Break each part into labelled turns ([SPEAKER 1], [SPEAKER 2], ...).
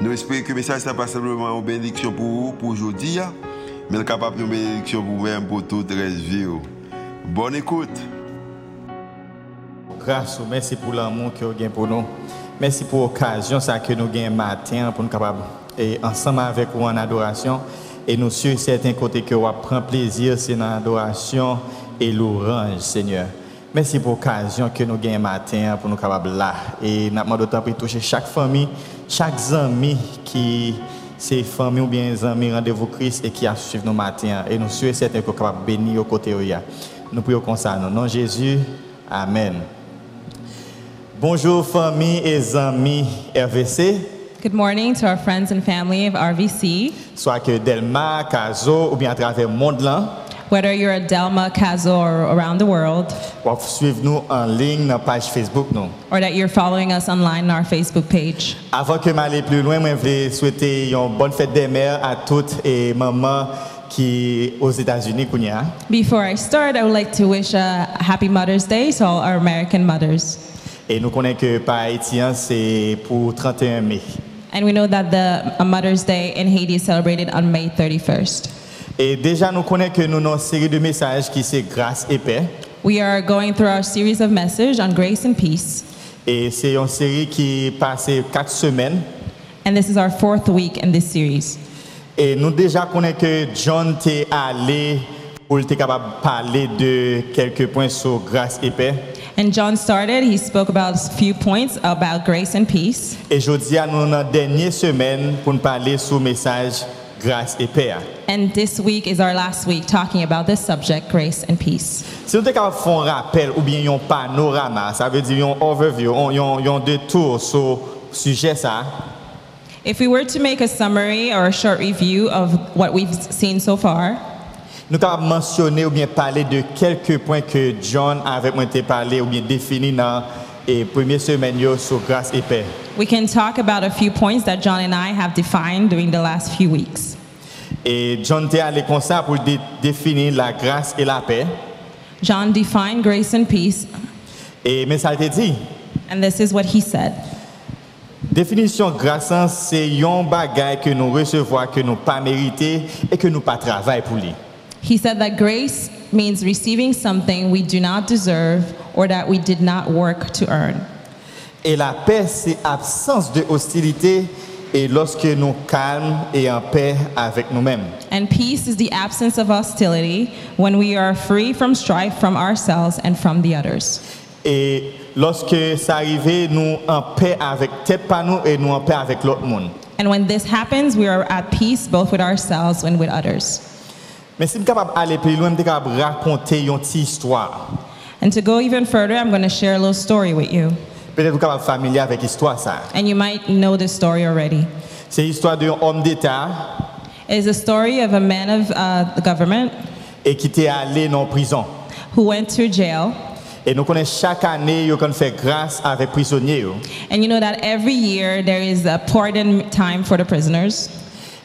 [SPEAKER 1] Nous espérons que le message n'est pas simplement une bénédiction pour vous, pour aujourd'hui, mais capable une bénédiction pour vous-même, pour toute la vie. Bonne écoute.
[SPEAKER 2] Grâce, merci pour l'amour que vous avez pour nous. Merci pour l'occasion que nous avons matin pour nous capables et ensemble avec vous en adoration. Et nous sur certains côtés que vous prend plaisir, c'est dans l'adoration et l'orange, Seigneur. Merci pour l'occasion que nous avons matin pour nous capables là. Et nous avons temps pour toucher chaque famille, chaque ami qui c'est famille ou bien amis rendez-vous Christ et qui a suivi nous matin. Et nous sommes certains que capables bénir au côté Nous prions comme ça, non, nom Jésus. Amen. Bonjour famille et amis RVC.
[SPEAKER 3] Good morning to our friends and family of RVC.
[SPEAKER 2] Soit que Delma, Caso ou bien à travers le monde là.
[SPEAKER 3] Whether you're at Delma, Castle, or around the world,
[SPEAKER 2] Ou suivre nous en ligne dans la page Facebook nous.
[SPEAKER 3] or that you're following us online on our Facebook page.
[SPEAKER 2] Avant que m'aller plus loin, moi, je voulais souhaiter une bonne fête des mères à toutes et mamans qui aux États-Unis qu'on y a.
[SPEAKER 3] Before I start, I would like to wish a happy Mother's Day to all our American mothers.
[SPEAKER 2] Et nous connaissons que par Haïtien, c'est pour 31 mai.
[SPEAKER 3] And we know that the a Mother's Day in Haiti is celebrated on May 31st.
[SPEAKER 2] Et déjà, nous connaissons que nous avons une série de messages qui c'est grâce et paix.
[SPEAKER 3] We are going through our series of messages on grace and peace,
[SPEAKER 2] Et c'est une série qui passe quatre semaines.
[SPEAKER 3] and this is our fourth week in this series.
[SPEAKER 2] Et nous déjà connaissons que John t'est allé pour être capable de parler de quelques points sur grâce et paix.
[SPEAKER 3] And John started, he spoke about a few points about grace and peace.
[SPEAKER 2] Et je dis à nous dans la dernière semaine pour nous parler sur le message grâce et paix.
[SPEAKER 3] And this week is our last week talking about this subject, grace and peace.
[SPEAKER 2] Si nous sommes capables de faire un rappel ou bien un panorama, ça veut dire un overview, un, un- un détour sur le sujet ça.
[SPEAKER 3] If we were to make a summary or a short review of what we've seen so far,
[SPEAKER 2] Nous avons mentionné ou bien parler de quelques points que John avec moi t'a parlé ou bien défini dans la première semaine yo sur grâce et paix.
[SPEAKER 3] we can talk about a few points that John and I have defined during the last few weeks.
[SPEAKER 2] Et John t'est allé comme ça pour dé- définir la grâce et la paix.
[SPEAKER 3] John defined grace and peace,
[SPEAKER 2] Et, mais ça t'a dit,
[SPEAKER 3] and this is what he said.
[SPEAKER 2] définition grâce, hein, c'est un bagage que nous recevons, que nous pas mérité et que nous pas travail pour lui.
[SPEAKER 3] He said that grace means receiving something we do not deserve or that we did not work to earn.
[SPEAKER 2] Et la paix, c'est absence de hostilité et lorsque nous calmes et en paix avec nous-mêmes.
[SPEAKER 3] And peace is the absence of hostility when we are free from strife from ourselves and from the others.
[SPEAKER 2] Et lorsque ça arrive, nous en paix avec tête pas nous et nous en paix avec l'autre monde.
[SPEAKER 3] And when this happens, we are at peace both with ourselves and with others.
[SPEAKER 2] Mais si je suis capable d'aller plus loin, je suis capable de raconter une petite histoire.
[SPEAKER 3] And to go even further, I'm going to share a little story with you.
[SPEAKER 2] Peut-être vous êtes capable de familier avec l'histoire ça.
[SPEAKER 3] And you might know this story already.
[SPEAKER 2] C'est l'histoire d'un homme d'État
[SPEAKER 3] It is a story of a man of uh, the government
[SPEAKER 2] et qui était allé dans la prison.
[SPEAKER 3] who went to jail.
[SPEAKER 2] Et nous connaissons chaque année, il qu'on fait grâce avec les prisonniers. yo.
[SPEAKER 3] And you know that every year there is a pardon time for the prisoners.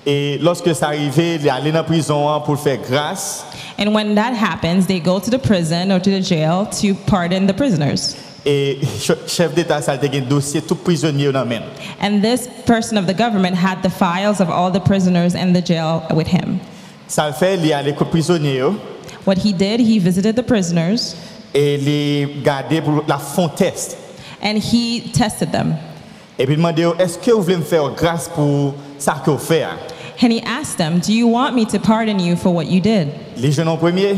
[SPEAKER 2] Et lorsque ça arrive, il est allé dans la prison hein, pour faire grâce.
[SPEAKER 3] And when that happens, they go to the prison or to the jail to pardon the prisoners.
[SPEAKER 2] Et ch- chef d'État, ça a été un dossier tout prisonnier dans la main.
[SPEAKER 3] And this person of the government had the files of all the prisoners in the jail with him.
[SPEAKER 2] Ça le fait, il est allé comme prisonnier. yo.
[SPEAKER 3] What he did, he visited the prisoners.
[SPEAKER 2] et les garder pour la font test.
[SPEAKER 3] and he tested them.
[SPEAKER 2] Et puis demander est-ce que vous voulez me faire grâce pour ça que vous faites hein?
[SPEAKER 3] And he asked them, Do you want me to pardon you for what you did?
[SPEAKER 2] Les jeunes en premier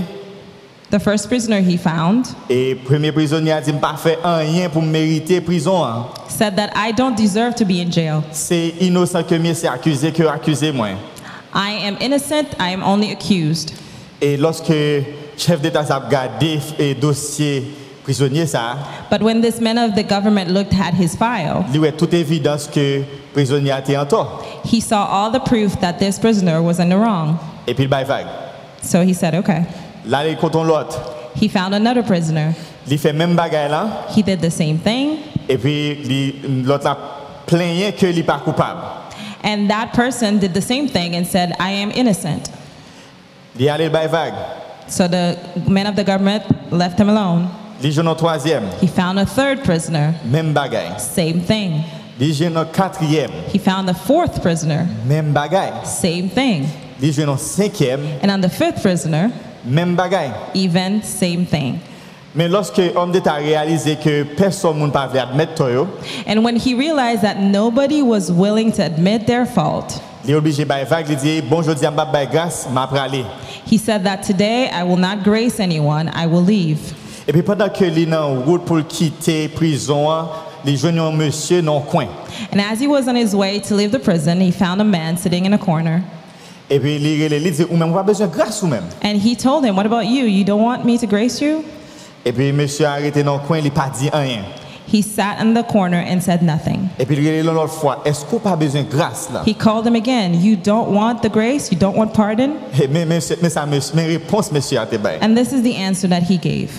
[SPEAKER 3] The first prisoner he found
[SPEAKER 2] et premier prisonnier a dit pas fait rien pour mériter prison. hein.
[SPEAKER 3] said that I don't deserve to be in jail.
[SPEAKER 2] C'est innocent que mieux c'est accusé que accusé moi.
[SPEAKER 3] I am innocent, I am only accused.
[SPEAKER 2] Et lorsque chef d'État a regardé et dossier prisonnier ça,
[SPEAKER 3] But when this man of the government looked at his file,
[SPEAKER 2] il y a toute évidence que prisonnier a été en tort.
[SPEAKER 3] He saw all the proof that this prisoner was in the wrong.
[SPEAKER 2] Et puis, il bail vague.
[SPEAKER 3] So he said, okay.
[SPEAKER 2] Là, il coton l'autre.
[SPEAKER 3] He found another prisoner.
[SPEAKER 2] Il fait même bagaille là.
[SPEAKER 3] He did the same thing.
[SPEAKER 2] Et puis, li- l'autre a plaigné que il n'est pas coupable.
[SPEAKER 3] And that person did the same thing and said, I am innocent.
[SPEAKER 2] Il est allé le bail vague.
[SPEAKER 3] So the men of the government left him alone.
[SPEAKER 2] Il joue dans troisième.
[SPEAKER 3] He found a third prisoner.
[SPEAKER 2] Même bagaille.
[SPEAKER 3] Same thing.
[SPEAKER 2] Il joue dans quatrième.
[SPEAKER 3] He found the fourth prisoner.
[SPEAKER 2] Même bagaille.
[SPEAKER 3] Same thing.
[SPEAKER 2] Il joue dans cinquième.
[SPEAKER 3] And on the fifth prisoner,
[SPEAKER 2] Même bagaille.
[SPEAKER 3] even same thing.
[SPEAKER 2] Mais lorsque l'homme d'État a réalisé que personne ne pas voulu admettre toi, yo,
[SPEAKER 3] And when he realized that nobody was willing to admit their fault,
[SPEAKER 2] il est obligé de faire vague, il dit Bon, je dis à ma bail grâce, m'a après aller.
[SPEAKER 3] he said that today I will not grace anyone, I will leave.
[SPEAKER 2] Et puis pendant que il est en route pour quitter la prison, il joue un monsieur dans le coin.
[SPEAKER 3] And as he was on his way to leave the prison, he found a man sitting in a corner.
[SPEAKER 2] Et puis il est il dit Ou même, on pas besoin de grâce ou même.
[SPEAKER 3] And he told him, What about you? You don't want me to grace you?
[SPEAKER 2] Et puis monsieur a arrêté dans le coin, il n'a pas dit rien.
[SPEAKER 3] He sat in the corner and said nothing.
[SPEAKER 2] Et puis il est l'autre fois Est-ce qu'on pas besoin de grâce là
[SPEAKER 3] He called him again, You don't want the grace? You don't want pardon?
[SPEAKER 2] Et Mais, mais, mais, ça, mais, mais réponse, monsieur, a été bail.
[SPEAKER 3] And this is the answer that he gave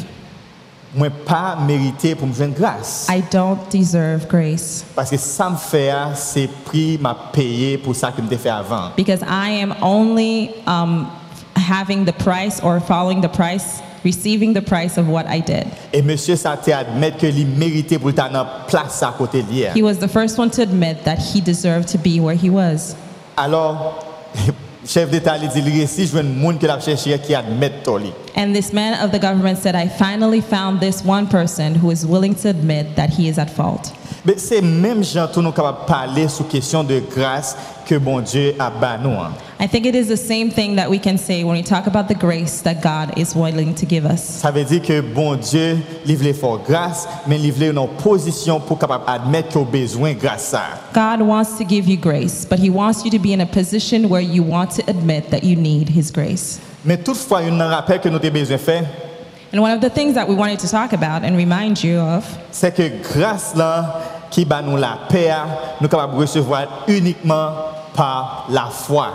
[SPEAKER 2] Moi, pas mérité pour me faire grâce.
[SPEAKER 3] I don't deserve grace
[SPEAKER 2] Parce que ça me fait, ah, c'est prix m'a payé pour ça que me fait avant.
[SPEAKER 3] because I am only um, having the price or following the price, receiving the price of what I did.
[SPEAKER 2] Et monsieur ça te admettre que il méritait pour ta dans place à côté de lui.
[SPEAKER 3] He was the first one to admit that he deserved to be where he was.
[SPEAKER 2] Alors, chef d'État lui dit, il réussit joindre monde que l'a cherché qui admet toi. lui.
[SPEAKER 3] And this man of the government said, I finally found this one person who is willing to admit that he is at fault.
[SPEAKER 2] Mais c'est même gens tout nous capable de parler sous question de grâce que bon Dieu a ban nous. hein.
[SPEAKER 3] I think it is the same thing that we can say when we talk about the grace that God is willing to give us.
[SPEAKER 2] Ça veut dire que bon Dieu livre fort grâce, mais livre une position pour capable admettre qu'il a besoin de grâce ça.
[SPEAKER 3] God wants to give you grace, but He wants you to be in a position where you want to admit that you need His grace.
[SPEAKER 2] Mais toutefois, il y a un rappel que nous avons besoin de faire,
[SPEAKER 3] And one of the things that we wanted to talk about and remind you of
[SPEAKER 2] c'est que grâce là qui bat nous la paix, nous capable recevoir uniquement par la foi.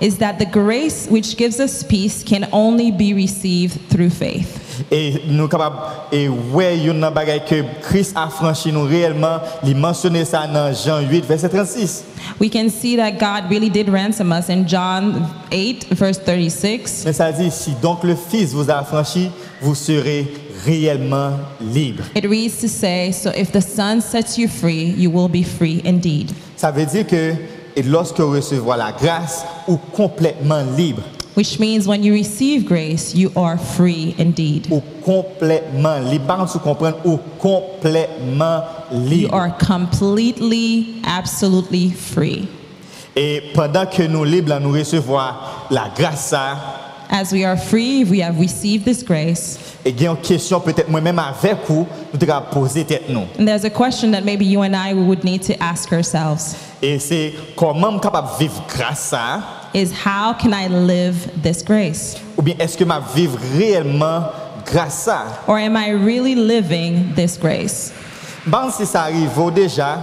[SPEAKER 3] is that the grace which gives us peace can only be received through faith.
[SPEAKER 2] Et nous capable et ouais, une bagaille que Christ a franchi nous réellement, il mentionné ça dans Jean 8 verset 36.
[SPEAKER 3] We can see that God really did ransom us in John 8, verse 36.
[SPEAKER 2] Mais ça dit si donc le fils vous a franchi, vous serez réellement libre.
[SPEAKER 3] It reads to say, So if the Son sets you free, you will be free indeed.
[SPEAKER 2] Ça veut dire que et lorsque vous recevrez la grâce ou complètement libre,
[SPEAKER 3] Which means when you receive grace, you are free indeed.
[SPEAKER 2] ou complètement libre, par contre, vous comprenez ou complètement
[SPEAKER 3] You
[SPEAKER 2] libre.
[SPEAKER 3] are completely, absolutely free.
[SPEAKER 2] Et E pendant que nous libres, là, nous recevons la grâce, ça,
[SPEAKER 3] As we are free, we have received this grace.
[SPEAKER 2] et il y a une question peut-être moi-même avec vous, nous devons poser tête nous.
[SPEAKER 3] And there's a question that maybe you and I would need to ask ourselves
[SPEAKER 2] Et c'est comment je suis capable de vivre grâce ça,
[SPEAKER 3] is how can I live this grace?
[SPEAKER 2] ou bien est-ce que je vivre réellement grâce ça.
[SPEAKER 3] Or am I really living this grace?
[SPEAKER 2] Bon, si ça arrive déjà,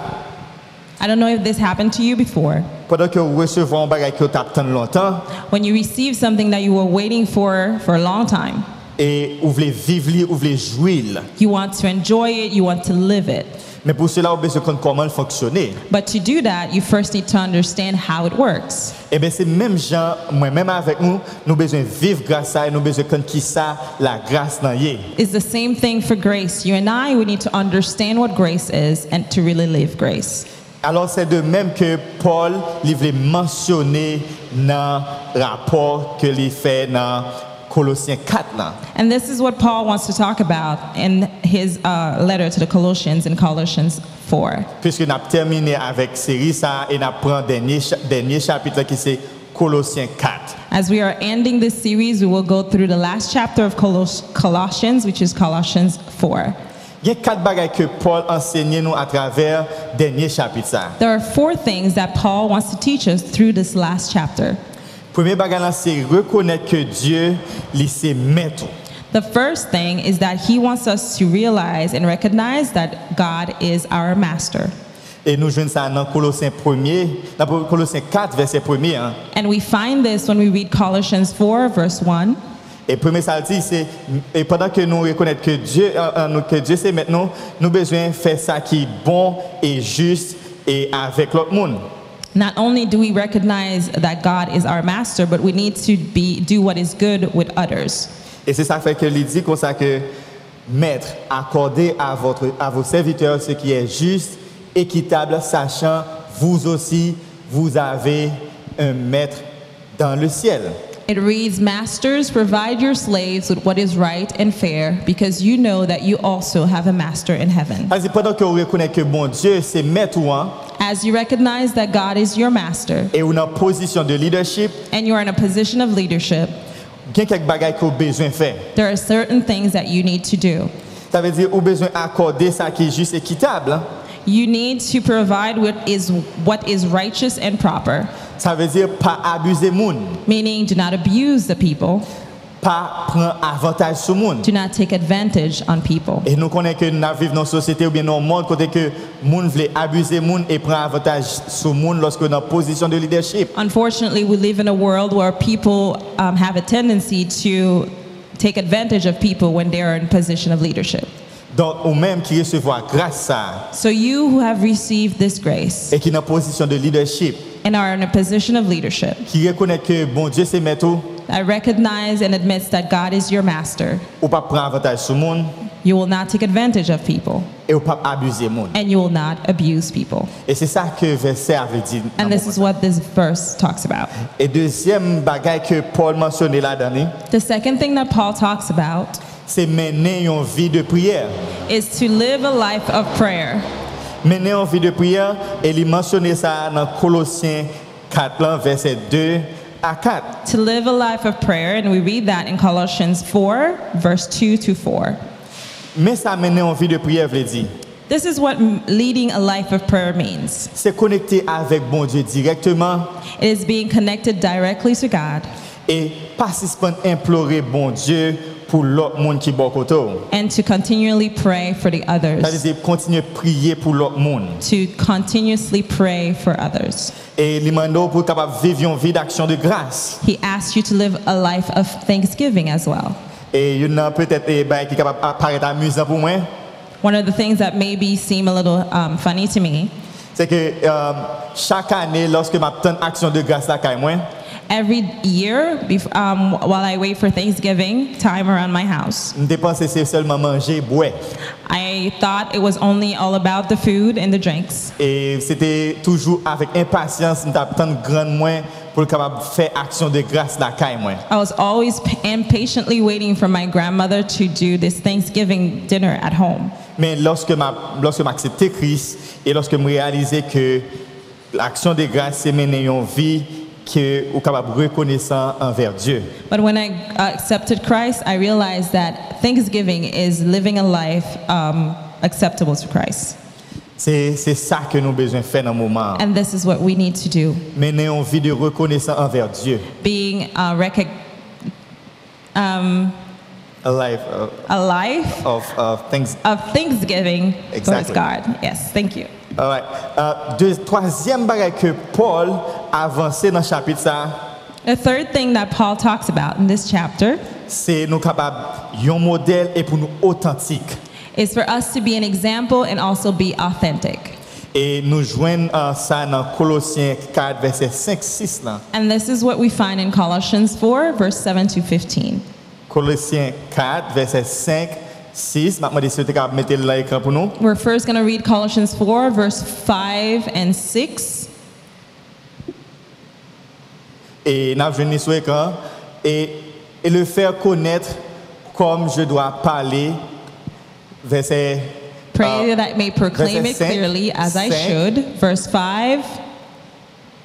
[SPEAKER 3] I don't know if this happened to you before.
[SPEAKER 2] pendant que vous recevez un bagage que vous attendez longtemps,
[SPEAKER 3] When you receive something that you were waiting for for a long time,
[SPEAKER 2] et vous voulez vivre, li, vous voulez jouir.
[SPEAKER 3] you want to enjoy it, you want to live it.
[SPEAKER 2] Mais pour cela, vous avez besoin de comprendre comment le fonctionner.
[SPEAKER 3] But to do that, you first need to understand how it works.
[SPEAKER 2] Eh bien, c'est même gens, moi-même avec nous, nous avons besoin de vivre grâce à, et nous avons besoin de connaître qui ça, la grâce dans y est.
[SPEAKER 3] It's the same thing for grace. You and I, we need to understand what grace is and to really live grace.
[SPEAKER 2] Alors, c'est de même que Paul, il voulait mentionner dans le rapport que il fait dans Colossiens 4. là.
[SPEAKER 3] And this is what Paul wants to talk about in his uh, letter to the Colossians in Colossians 4.
[SPEAKER 2] Puisque nous avons terminé avec la série ça, et nous prenons le dernier, cha- dernier chapitre là, qui c'est Colossiens 4.
[SPEAKER 3] As we are ending this series, we will go through the last chapter of Colos- Colossians, which is Colossians 4.
[SPEAKER 2] Il y a quatre bagages que Paul enseignait nous à travers le dernier chapitre. ça.
[SPEAKER 3] There are four things that Paul wants to teach us through this last chapter.
[SPEAKER 2] Premier bagage, là, c'est reconnaître que Dieu, il s'est maître.
[SPEAKER 3] The first thing is that he wants us to realize and recognize that God is our master.
[SPEAKER 2] Et nous jouons ça dans Colossiens 1er, dans Colossiens 4, verset 1er. hein.
[SPEAKER 3] And we find this when we read Colossians 4, verse 1.
[SPEAKER 2] Et premier ça le dit, c'est et pendant que nous reconnaissons que Dieu, euh, euh, nous- que Dieu c'est maintenant, nous besoin faire ça qui est bon et juste et avec l'autre monde.
[SPEAKER 3] Not only do we recognize that God is our master, but we need to be, do what is good with others.
[SPEAKER 2] Et c'est ça fait que il dit comme ça que maître, accordez à votre à vos serviteurs ce qui est juste, équitable, sachant vous aussi vous avez un maître dans le ciel.
[SPEAKER 3] It reads, Masters, provide your slaves with what is right and fair, because you know that you also have a master in heaven.
[SPEAKER 2] Parce que pendant que vous reconnaissez que bon Dieu c'est maître ou un,
[SPEAKER 3] As you recognize that God is your master
[SPEAKER 2] et on est en position de leadership,
[SPEAKER 3] and you're in a position of leadership,
[SPEAKER 2] il y a quelques bagages qu'on besoin faire.
[SPEAKER 3] there are certain things that you need to do.
[SPEAKER 2] Ça veut dire qu'on besoin accorder ça qui est juste et équitable. hein.
[SPEAKER 3] You need to provide what is what is righteous and proper,
[SPEAKER 2] Ça veut dire pas abuser monde,
[SPEAKER 3] meaning do not abuse the people,
[SPEAKER 2] pas prendre avantage sur monde.
[SPEAKER 3] do not take advantage on people.
[SPEAKER 2] Et nous connaissons que nous vivons dans une société ou bien dans un monde côté que monde veut abuser monde et prendre avantage sur monde lorsque dans une position de leadership.
[SPEAKER 3] Unfortunately, we live in a world where people um, have a tendency to take advantage of people when they are in position of leadership.
[SPEAKER 2] Donc, ou même qui recevoir grâce ça
[SPEAKER 3] So you who have received this grace
[SPEAKER 2] et qui est dans une position de leadership,
[SPEAKER 3] and are in a position of leadership
[SPEAKER 2] qui reconnaît que bon Dieu c'est maître ou,
[SPEAKER 3] that recognize and admits that God is your master,
[SPEAKER 2] ou pas prendre avantage sur monde
[SPEAKER 3] you will not take advantage of people
[SPEAKER 2] et ou pas abuser monde.
[SPEAKER 3] and you will not abuse people.
[SPEAKER 2] Et c'est ça que verset avait dit. dans
[SPEAKER 3] And
[SPEAKER 2] mon
[SPEAKER 3] this is
[SPEAKER 2] moment.
[SPEAKER 3] what this verse talks about.
[SPEAKER 2] Et deuxième bagaille que Paul mentionnait là-dedans,
[SPEAKER 3] The second thing that Paul talks about
[SPEAKER 2] c'est mener une vie de prière.
[SPEAKER 3] is to live a life of prayer.
[SPEAKER 2] Mener une vie de prière, et il mentionnait ça dans Colossiens 4, là, verset 2 à 4.
[SPEAKER 3] To live a life of prayer, and we read that in Colossians 4, verse 2 to 4.
[SPEAKER 2] Mais ça, mener une vie de prière, veut dire,
[SPEAKER 3] This is what m- leading a life of prayer means
[SPEAKER 2] c'est connecter avec bon Dieu directement
[SPEAKER 3] it is being connected directly to God
[SPEAKER 2] et pas suspendre implorer bon Dieu pour l'autre monde qui est bon côté.
[SPEAKER 3] and to continually pray for the
[SPEAKER 2] Ça
[SPEAKER 3] others,
[SPEAKER 2] veut dire continuer à prier pour l'autre monde.
[SPEAKER 3] to continuously pray for others.
[SPEAKER 2] Et il demande pour être capable de vivre une vie d'action de grâce.
[SPEAKER 3] He asks you to live a life of thanksgiving as well.
[SPEAKER 2] Et il y en a peut-être eh, ben, qui est capable d'apparaître amusant pour moi.
[SPEAKER 3] One of the things that maybe seem a little um, funny to me
[SPEAKER 2] c'est que euh, chaque année, lorsque je une action de grâce à moi,
[SPEAKER 3] Every year, bef- um, while I wait for Thanksgiving time around my house,
[SPEAKER 2] je dépense c'est seulement manger, boire.
[SPEAKER 3] I thought it was only all about the food and the drinks.
[SPEAKER 2] Et c'était toujours avec impatience, je t'attends grand moins pour être capable de faire action de grâce à moi.
[SPEAKER 3] I was always p- impatiently waiting for my grandmother to do this Thanksgiving dinner at home.
[SPEAKER 2] Mais lorsque ma, lorsque j'acceptais Christ et lorsque je réalisais que l'action de grâce, c'est mener une vie que ou capable reconnaissant envers Dieu.
[SPEAKER 3] But when I uh, accepted Christ, I realized that Thanksgiving is living a life um, acceptable to Christ.
[SPEAKER 2] C'est c'est ça que nous avons besoin de faire dans le moment.
[SPEAKER 3] And this is what we need to do
[SPEAKER 2] Mener une vie de reconnaissance envers Dieu.
[SPEAKER 3] being uh, recog
[SPEAKER 2] A life of,
[SPEAKER 3] a life
[SPEAKER 2] of, of thanks-
[SPEAKER 3] of Thanksgiving towards
[SPEAKER 2] Exactly.
[SPEAKER 3] God. Yes, thank you.
[SPEAKER 2] Alright. Euh, deux- troisième bagage que Paul avancé dans le chapitre, ça,
[SPEAKER 3] The third thing that Paul talks about in this chapter
[SPEAKER 2] c'est nous capables, un modèle et pour nous authentique.
[SPEAKER 3] is for us to be an example and also be authentic.
[SPEAKER 2] Et nous joignons euh, ça dans Colossiens 4, verset 5, 6. Là.
[SPEAKER 3] And this is what we find in Colossians 4, verse 7 to 15.
[SPEAKER 2] Colossiens 4, verset 5, 6. Maintenant, si vous êtes capable de mettre là l'écran pour nous.
[SPEAKER 3] We're first going to read Colossians 4, verse 5 and 6.
[SPEAKER 2] Et nous avons sur l'écran. Et, et le faire connaître comme je dois parler. Verset.
[SPEAKER 3] Pray that I may proclaim it
[SPEAKER 2] verse 5,
[SPEAKER 3] clearly as I
[SPEAKER 2] 5.
[SPEAKER 3] should. Verse 5.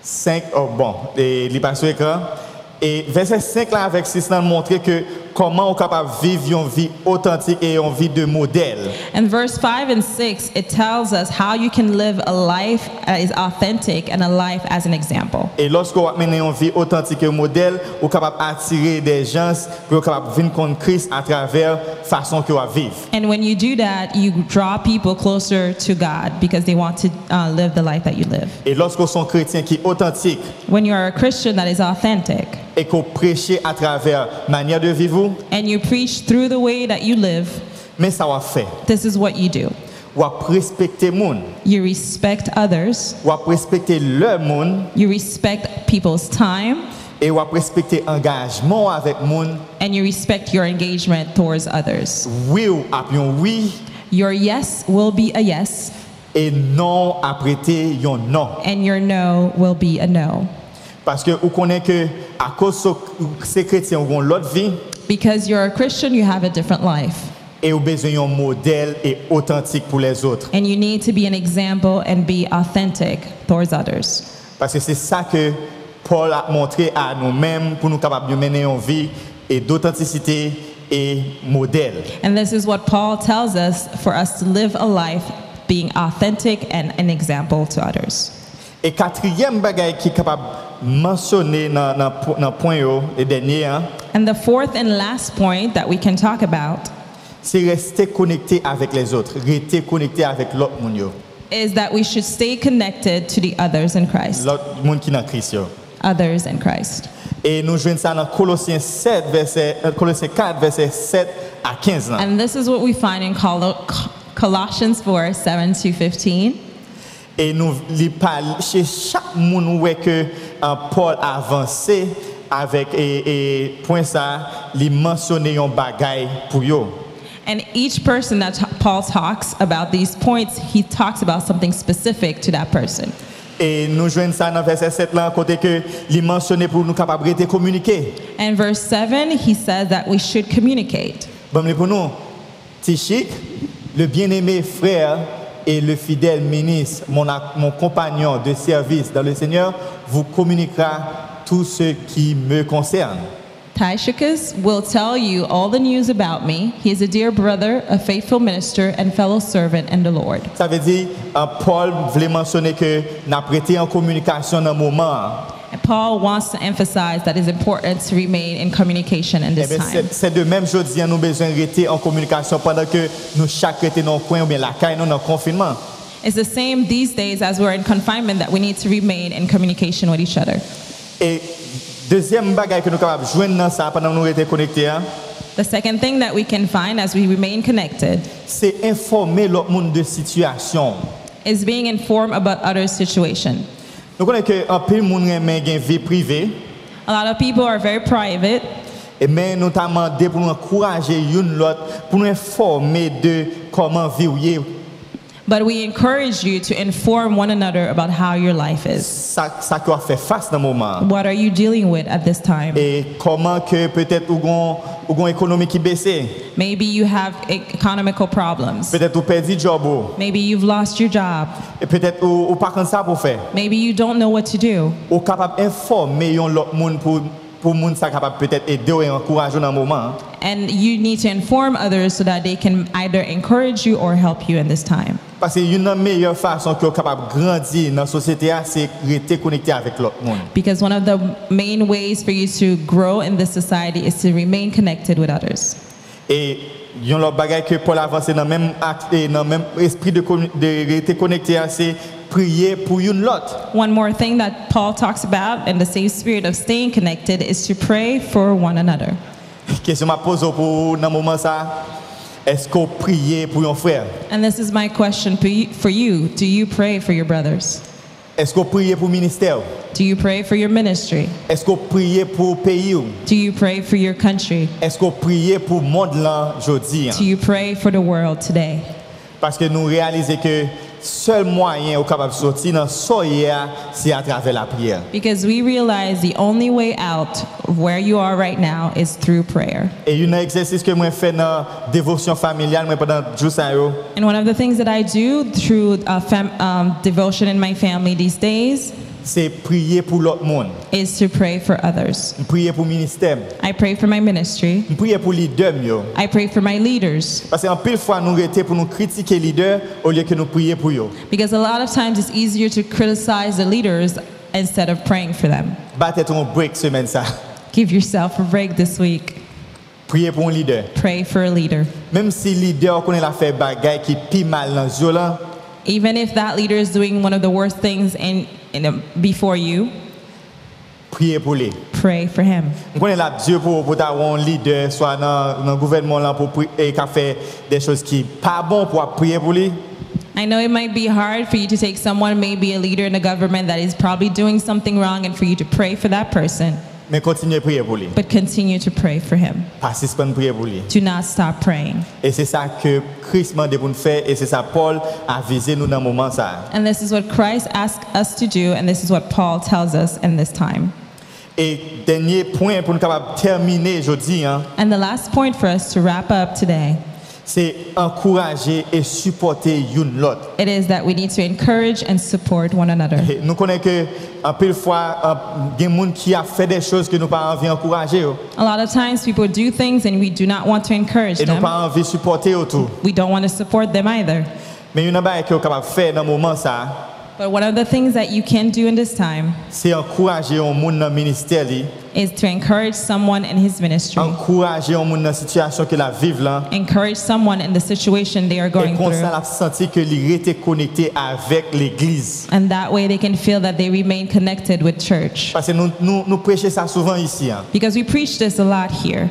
[SPEAKER 2] 5, oh bon, et il passe sur l'écran. Et verset 5 là avec 6 là montre que comment on est capable de vivre une vie authentique et une vie de modèle.
[SPEAKER 3] And verse 5 and 6, it tells us how you can live a life that is authentic and a life as an example.
[SPEAKER 2] Et lorsque vous menez une vie authentique et un modèle, vous êtes capable d'attirer des gens pour être capable de venir contre Christ à travers la façon que vous vivez.
[SPEAKER 3] And when you do that, you draw people closer to God because they want to uh, live the life that you live.
[SPEAKER 2] Et lorsque vous êtes un chrétien qui est authentique
[SPEAKER 3] When you are a Christian that is authentic
[SPEAKER 2] et que vous prêchez à travers la manière de vivre,
[SPEAKER 3] and you preach through the way that you live,
[SPEAKER 2] mais ça va faire.
[SPEAKER 3] this is what you do.
[SPEAKER 2] Vous respectez les gens,
[SPEAKER 3] You respect others,
[SPEAKER 2] vous respectez le monde
[SPEAKER 3] you respect people's time,
[SPEAKER 2] et vous respectez l'engagement avec les gens.
[SPEAKER 3] and you respect your engagement towards others.
[SPEAKER 2] Oui ou après un oui
[SPEAKER 3] Your yes will be a yes,
[SPEAKER 2] et non apprêter un non.
[SPEAKER 3] and your no will be a no.
[SPEAKER 2] Parce que vous connaissez que à cause de ces chrétiens, vous avez l'autre vie
[SPEAKER 3] Because you're a Christian, you have a different life,
[SPEAKER 2] et vous avez besoin d'un modèle et authentique pour les autres.
[SPEAKER 3] and you need to be an example and be authentic towards others.
[SPEAKER 2] Parce que c'est ça que Paul a montré à nous-mêmes pour nous capables de mener une vie et d'authenticité et modèle.
[SPEAKER 3] And this is what Paul tells us for us to live a life being authentic and an example to others.
[SPEAKER 2] Et quatrième bagaille qui est capable de mentionner dans le point yo, le dernier, hein,
[SPEAKER 3] And the fourth and last point that we can talk about
[SPEAKER 2] c'est rester connecté avec les autres, rester connecté avec l'autre monde, yo.
[SPEAKER 3] is that we should stay connected to the others in Christ.
[SPEAKER 2] l'autre monde qui est dans Christ. yo.
[SPEAKER 3] Others in Christ.
[SPEAKER 2] Et nous jouons ça dans Colossiens 7, verset, euh, Colossiens 4, verset 7 à 15. là.
[SPEAKER 3] And this is what we find in Col- Colossians 4 7 to 15.
[SPEAKER 2] Et nous li parle chez chaque monde où est que euh, Paul avancé avec et, et point ça, il mentionné un bagaille pour eux.
[SPEAKER 3] And each person that t- Paul talks about these points, he talks about something specific to that person.
[SPEAKER 2] Et nous jouons ça dans verset 7 là côté que il mentionné pour nous capables de communiquer.
[SPEAKER 3] And verse 7, he says that we should communicate.
[SPEAKER 2] Bon les pour nous Tichik, le bien-aimé frère et le fidèle ministre, mon, ac- mon compagnon de service dans le Seigneur, vous communiquera tout ce qui me concerne.
[SPEAKER 3] Tychicus will tell you all the news about me. He is a dear brother, a faithful minister, and fellow servant in the Lord.
[SPEAKER 2] Ça veut dire, euh, Paul voulait mentionner que n'a prêté en communication dans un moment.
[SPEAKER 3] And Paul wants to emphasize that it's important to remain in communication in
[SPEAKER 2] Eh
[SPEAKER 3] this
[SPEAKER 2] bien,
[SPEAKER 3] time.
[SPEAKER 2] c'est- C'est de même, je dis, nous besoin de rester en communication pendant que nous chaque été dans le coin ou bien la caille, nous dans le confinement.
[SPEAKER 3] It's the same these days as we're in confinement that we need to remain in communication with each other.
[SPEAKER 2] Et deuxième bagaille que nous sommes capables de joindre dans ça pendant que nous étions connectés, hein,
[SPEAKER 3] The second thing that we can find as we remain connected
[SPEAKER 2] c'est informer l'autre monde de situation.
[SPEAKER 3] is being informed about others' situation.
[SPEAKER 2] Nous connaissons que un peu de monde aime une vie privée,
[SPEAKER 3] A lot of people are very private,
[SPEAKER 2] et mais notamment de pour nous encourager une l'autre, pour nous informer de comment vivre,
[SPEAKER 3] but we encourage you to inform one another about how your life is.
[SPEAKER 2] ça, ça qu'on fait face dans le moment.
[SPEAKER 3] What are you dealing with at this time?
[SPEAKER 2] et comment que peut-être ou gon ou gon économie qui baissait
[SPEAKER 3] Maybe you have e- economical problems.
[SPEAKER 2] peut-être ou perdu job ou
[SPEAKER 3] Maybe you've lost your job.
[SPEAKER 2] et peut-être ou, ou pas comme ça pour faire
[SPEAKER 3] Maybe you don't know what to do.
[SPEAKER 2] ou capable informer yon l'autre monde pour pour monde ça capable peut-être aider ou encourager dans le moment
[SPEAKER 3] And you need to inform others so that they can either encourage you or help you in this time.
[SPEAKER 2] parce que une des meilleures façons que capable grandir dans la société a, c'est rester connecté avec l'autre monde
[SPEAKER 3] Because one of the main ways for you to grow in this society is to remain connected with others.
[SPEAKER 2] et yon l'autre bagage que Paul avancer dans même acte et dans même esprit de commu- de rester connecté a, c'est prier pour une l'autre
[SPEAKER 3] One more thing that Paul talks about in the same spirit of staying connected is to pray for one another.
[SPEAKER 2] question m'a pose pour dans moment ça est-ce qu'on prier pour un frère
[SPEAKER 3] And this is my question for you, for you. Do you pray for your brothers?
[SPEAKER 2] Est-ce qu'on prie pour le ministère
[SPEAKER 3] Do you pray for your ministry?
[SPEAKER 2] Est-ce qu'on prie pour le pays
[SPEAKER 3] Do you pray for your country?
[SPEAKER 2] Est-ce qu'on prie pour le monde là aujourd'hui hein?
[SPEAKER 3] Do you pray for the world today?
[SPEAKER 2] Parce que nous réalisons que seul moyen au capable de sortir dans soya, c'est à travers la prière.
[SPEAKER 3] Because we realize the only way out of where you are right now is through prayer.
[SPEAKER 2] Et un exercice que moi fais dans dévotion familiale moi pendant jour ça yo,
[SPEAKER 3] And one of the things that I do through uh, fam- um, devotion in my family these days
[SPEAKER 2] c'est prier pour l'autre monde,
[SPEAKER 3] is to pray for others.
[SPEAKER 2] prier pour le ministère,
[SPEAKER 3] I pray for my ministry.
[SPEAKER 2] prier pour les leader. yo.
[SPEAKER 3] I pray for my leaders
[SPEAKER 2] Parce qu'en pile fois, nous restons pour nous critiquer les leaders au lieu que nous prier pour eux.
[SPEAKER 3] because a lot of times it's easier to criticize the leaders instead of praying for them.
[SPEAKER 2] Battez un break semaine ça.
[SPEAKER 3] Give yourself a break this week.
[SPEAKER 2] Priez pour un leader.
[SPEAKER 3] Pray for a leader.
[SPEAKER 2] Même si le leader connaît la fait bagaille qui pi mal dans les yeux là,
[SPEAKER 3] Even if that leader is doing one of the worst things in, in before you,
[SPEAKER 2] priez pour lui.
[SPEAKER 3] pray for him.
[SPEAKER 2] On connaît la Dieu pour pour avoir un leader soit dans dans le gouvernement là pour pri- et qui a fait des choses qui pas bon pour prier pour lui.
[SPEAKER 3] I know it might be hard for you to take someone, maybe a leader in a government that is probably doing something wrong, and for you to pray for that person,
[SPEAKER 2] Mais continuez à prier pour lui.
[SPEAKER 3] but continue to pray for him.
[SPEAKER 2] Pas suspendre prier pour lui.
[SPEAKER 3] Do not stop praying.
[SPEAKER 2] Et c'est ça que Christ m'a dit pour nous faire et c'est ça Paul a visé nous dans le moment ça.
[SPEAKER 3] And this is what Christ asked us to do, and this is what Paul tells us in this time.
[SPEAKER 2] Et dernier point pour nous capable terminer aujourd'hui hein,
[SPEAKER 3] And the last point for us to wrap up today,
[SPEAKER 2] c'est encourager et supporter une l'autre.
[SPEAKER 3] it is that we need to encourage and support one another.
[SPEAKER 2] Et Nous connaissons que en pile fois il y a des gens qui a fait des choses que nous pas envie oh. encourager yo,
[SPEAKER 3] A lot of times people do things and we do not want to encourage
[SPEAKER 2] et nous
[SPEAKER 3] them.
[SPEAKER 2] pas envie supporter yo tout.
[SPEAKER 3] We don't want to support them either.
[SPEAKER 2] Mais une chose que capable faire dans le moment ça,
[SPEAKER 3] But one of the things that you can do in this time
[SPEAKER 2] c'est encourager un monde dans le ministère li,
[SPEAKER 3] is to encourage someone in his ministry.
[SPEAKER 2] Oh. encourager un monde dans la situation que la vivre là.
[SPEAKER 3] encourage someone in the situation they are
[SPEAKER 2] Et
[SPEAKER 3] going
[SPEAKER 2] comme ça,
[SPEAKER 3] through.
[SPEAKER 2] la senti que il était connecté avec l'église.
[SPEAKER 3] And that way they can feel that they remain connected with church.
[SPEAKER 2] Parce que nous, nous, nous prêchons ça souvent ici. hein.
[SPEAKER 3] Because we preach this a lot here.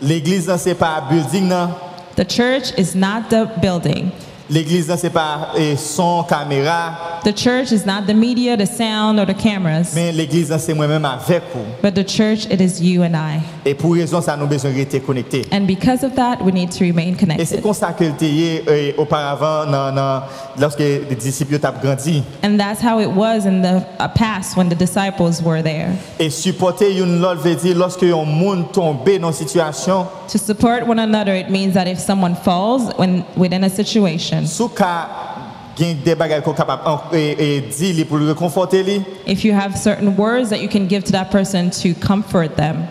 [SPEAKER 2] L'église, ce n'est pas un building, non.
[SPEAKER 3] The church is not the building.
[SPEAKER 2] l'église, ce n'est pas eh, son, caméra,
[SPEAKER 3] The church is not the media, the sound, or the cameras.
[SPEAKER 2] mais l'église, c'est moi-même avec vous.
[SPEAKER 3] But the church, it is you and I.
[SPEAKER 2] Et pour raison, ça nous besoin rester connectés.
[SPEAKER 3] And because of that, we need to remain
[SPEAKER 2] Et c'est
[SPEAKER 3] connected.
[SPEAKER 2] comme ça que le était eh, auparavant, dans- dans- lorsque les disciples ont grandi.
[SPEAKER 3] And that's how it was in the uh, past when the disciples were there.
[SPEAKER 2] Et supporter une autre veut dire lorsque un monde tombé dans une situation,
[SPEAKER 3] To support one another, it means that if someone falls when, within a situation,
[SPEAKER 2] sous cas, il y a des bagages qu'on est capable de dire pour le réconforter. lui,
[SPEAKER 3] If you have certain words that you can give to that person to comfort them,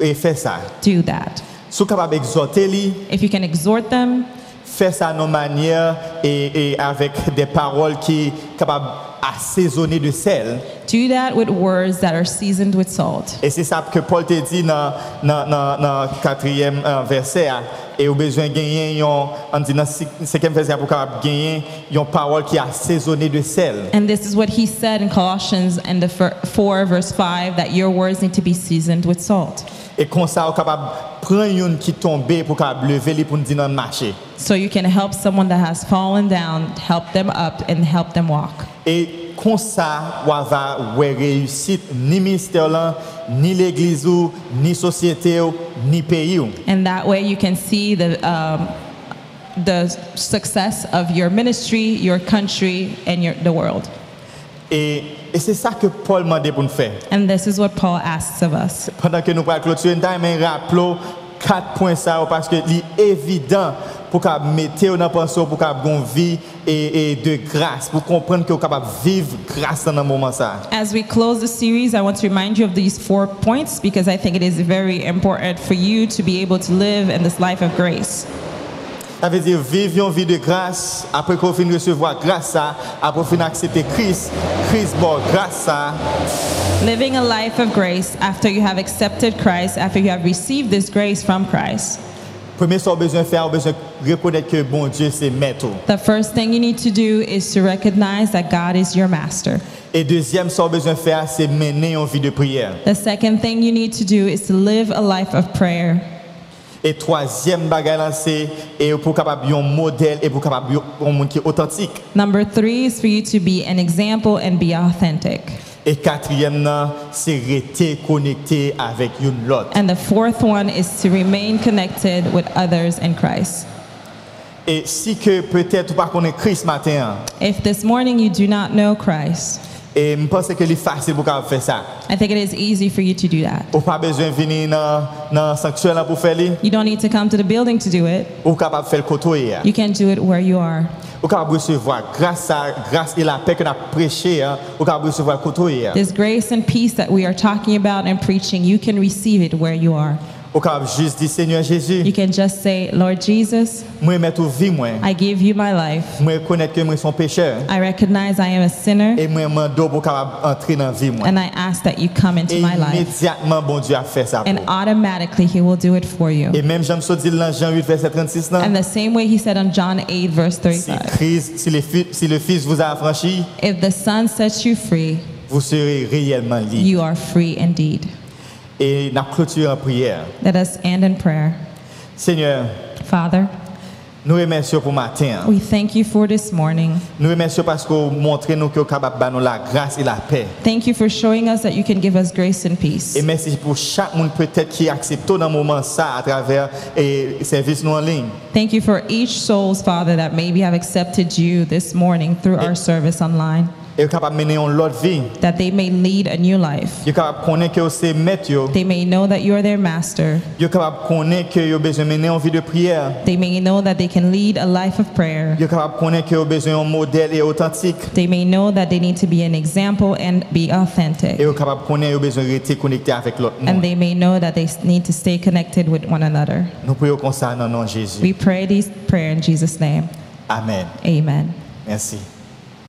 [SPEAKER 2] et faire ça.
[SPEAKER 3] do that.
[SPEAKER 2] Sous capable exhorter lui,
[SPEAKER 3] If you can exhort them,
[SPEAKER 2] faire ça de manière et, et avec des paroles qui capables assaisonner de sel.
[SPEAKER 3] do that with words that are seasoned with salt.
[SPEAKER 2] Et c'est ça que Paul te dit dans dans- dans- dans le quatrième euh, verset. hein. Et au besoin de gagner, yon- on dit dans le cinquième verset pour capable gagner une parole qui est assaisonnée de sel.
[SPEAKER 3] And this is what he said in Colossians and the fir- 4 verse 5 that your words need to be seasoned with salt.
[SPEAKER 2] Et comme ça, on capable prendre une qui tombée pour capable lever lui pour nous dire dans le marché.
[SPEAKER 3] So you can help someone that has fallen down, help them up and help them walk.
[SPEAKER 2] Et comme ça, on va ouais réussite ni ministère, là, ni l'église, ou, ni société, ou, ni pays. ou.
[SPEAKER 3] And that way you can see the um, the success of your ministry, your country and your the world.
[SPEAKER 2] Et, et c'est ça que Paul m'a demandé pour nous faire.
[SPEAKER 3] And this is what Paul asks of us.
[SPEAKER 2] Pendant que nous allons clôturer, nous allons rappeler quatre points ça, parce que c'est évident pour qu'on mette dans la pensée, pour qu'on ait une vie et, et de grâce, pour comprendre que nous capable de vivre grâce dans un moment ça.
[SPEAKER 3] As we close the series, I want to remind you of these four points because I think it is very important for you to be able to live in this life of grace.
[SPEAKER 2] Ça veut dire vivre une vie de grâce, après qu'on finit de recevoir grâce ça, après qu'on finit d'accepter Christ, Christ bon grâce ça.
[SPEAKER 3] Living a life of grace after you have accepted Christ, after you have received this grace from Christ.
[SPEAKER 2] Premier chose qu'on a besoin de faire, on a besoin de reconnaître que bon Dieu c'est maître.
[SPEAKER 3] The first thing you need to do is to recognize that God is your master.
[SPEAKER 2] Et deuxième chose qu'on a besoin de faire, c'est mener une vie de prière.
[SPEAKER 3] The second thing you need to do is to live a life of prayer.
[SPEAKER 2] Et troisième bagage là, c'est et pour capable un modèle et pour capable yon- un monde qui est authentique.
[SPEAKER 3] Number three is for you to be an example and be authentic.
[SPEAKER 2] Et quatrième là, c'est rester connecté avec une l'autre.
[SPEAKER 3] And the fourth one is to remain connected with others in Christ.
[SPEAKER 2] Et si que peut-être ou pas qu'on est Christ matin, hein,
[SPEAKER 3] If this morning you do not know Christ,
[SPEAKER 2] Et je pense que c'est facile pour qu'on fasse ça.
[SPEAKER 3] I think it is easy for you to do that.
[SPEAKER 2] Ou pas besoin de venir dans dans le sanctuaire là pour faire li.
[SPEAKER 3] You don't need to come to the building to do it.
[SPEAKER 2] Ou capable de faire le côtoyer.
[SPEAKER 3] You can do it where you are.
[SPEAKER 2] Ou capable de recevoir grâce à grâce et la paix que nous avons prêché. hein, Ou capable de recevoir le côtoyer. hein.
[SPEAKER 3] This grace and peace that we are talking about and preaching, you can receive it where you are.
[SPEAKER 2] Ou capable juste dire Seigneur
[SPEAKER 3] You
[SPEAKER 2] Jésus,
[SPEAKER 3] can just say, Lord Jesus,
[SPEAKER 2] moi mettre au vie moi.
[SPEAKER 3] I give you my life.
[SPEAKER 2] Moi reconnaître que moi son pécheur.
[SPEAKER 3] I recognize I am a sinner,
[SPEAKER 2] Et moi mando pour capable entrer dans la vie moi.
[SPEAKER 3] and I ask that you come into
[SPEAKER 2] Et
[SPEAKER 3] my life.
[SPEAKER 2] immédiatement bon Dieu a fait ça. pour
[SPEAKER 3] And
[SPEAKER 2] nous.
[SPEAKER 3] automatically, He will do it for you.
[SPEAKER 2] Et même j'aime ça dire dans Jean 8 verset 36 là.
[SPEAKER 3] And the same way He said on John 8, verse
[SPEAKER 2] Si
[SPEAKER 3] 35
[SPEAKER 2] Christ, si le, fi- si le Fils vous a affranchi,
[SPEAKER 3] If the Son sets you free,
[SPEAKER 2] vous serez réellement libre.
[SPEAKER 3] you are free indeed.
[SPEAKER 2] Et nous clôturons en prière.
[SPEAKER 3] Let us end in prayer.
[SPEAKER 2] Seigneur,
[SPEAKER 3] Father,
[SPEAKER 2] nous remercions pour matin.
[SPEAKER 3] we thank you for this morning.
[SPEAKER 2] Nous remercions parce que vous montrez nous que vous êtes capable de nous la grâce et la paix.
[SPEAKER 3] Thank you for showing us that you can give us grace and peace.
[SPEAKER 2] Et merci pour chaque monde peut-être qui accepte dans le moment ça à travers et service nous en ligne.
[SPEAKER 3] Thank you for each soul's Father that maybe have accepted you this morning through our service online,
[SPEAKER 2] Et vous capable de mener une autre vie.
[SPEAKER 3] that they may lead a new life.
[SPEAKER 2] Vous capable de connaître que vous êtes maître. Vous
[SPEAKER 3] They may know that you are their master.
[SPEAKER 2] capable de connaître que vous avez besoin de mener une vie de prière.
[SPEAKER 3] They may know that they can lead a life of prayer.
[SPEAKER 2] Vous capable de connaître que vous avez besoin d'un modèle et authentique.
[SPEAKER 3] They may know that they need to be an example and be
[SPEAKER 2] Et
[SPEAKER 3] authentic.
[SPEAKER 2] vous capable de connaître que vous avez besoin de rester connecté avec l'autre monde.
[SPEAKER 3] And they may know that they s- need to stay connected with one another.
[SPEAKER 2] Nous prions comme ça dans le nom de Jésus.
[SPEAKER 3] We pray these prayer in Jesus' name.
[SPEAKER 2] Amen.
[SPEAKER 3] Amen.
[SPEAKER 2] Merci.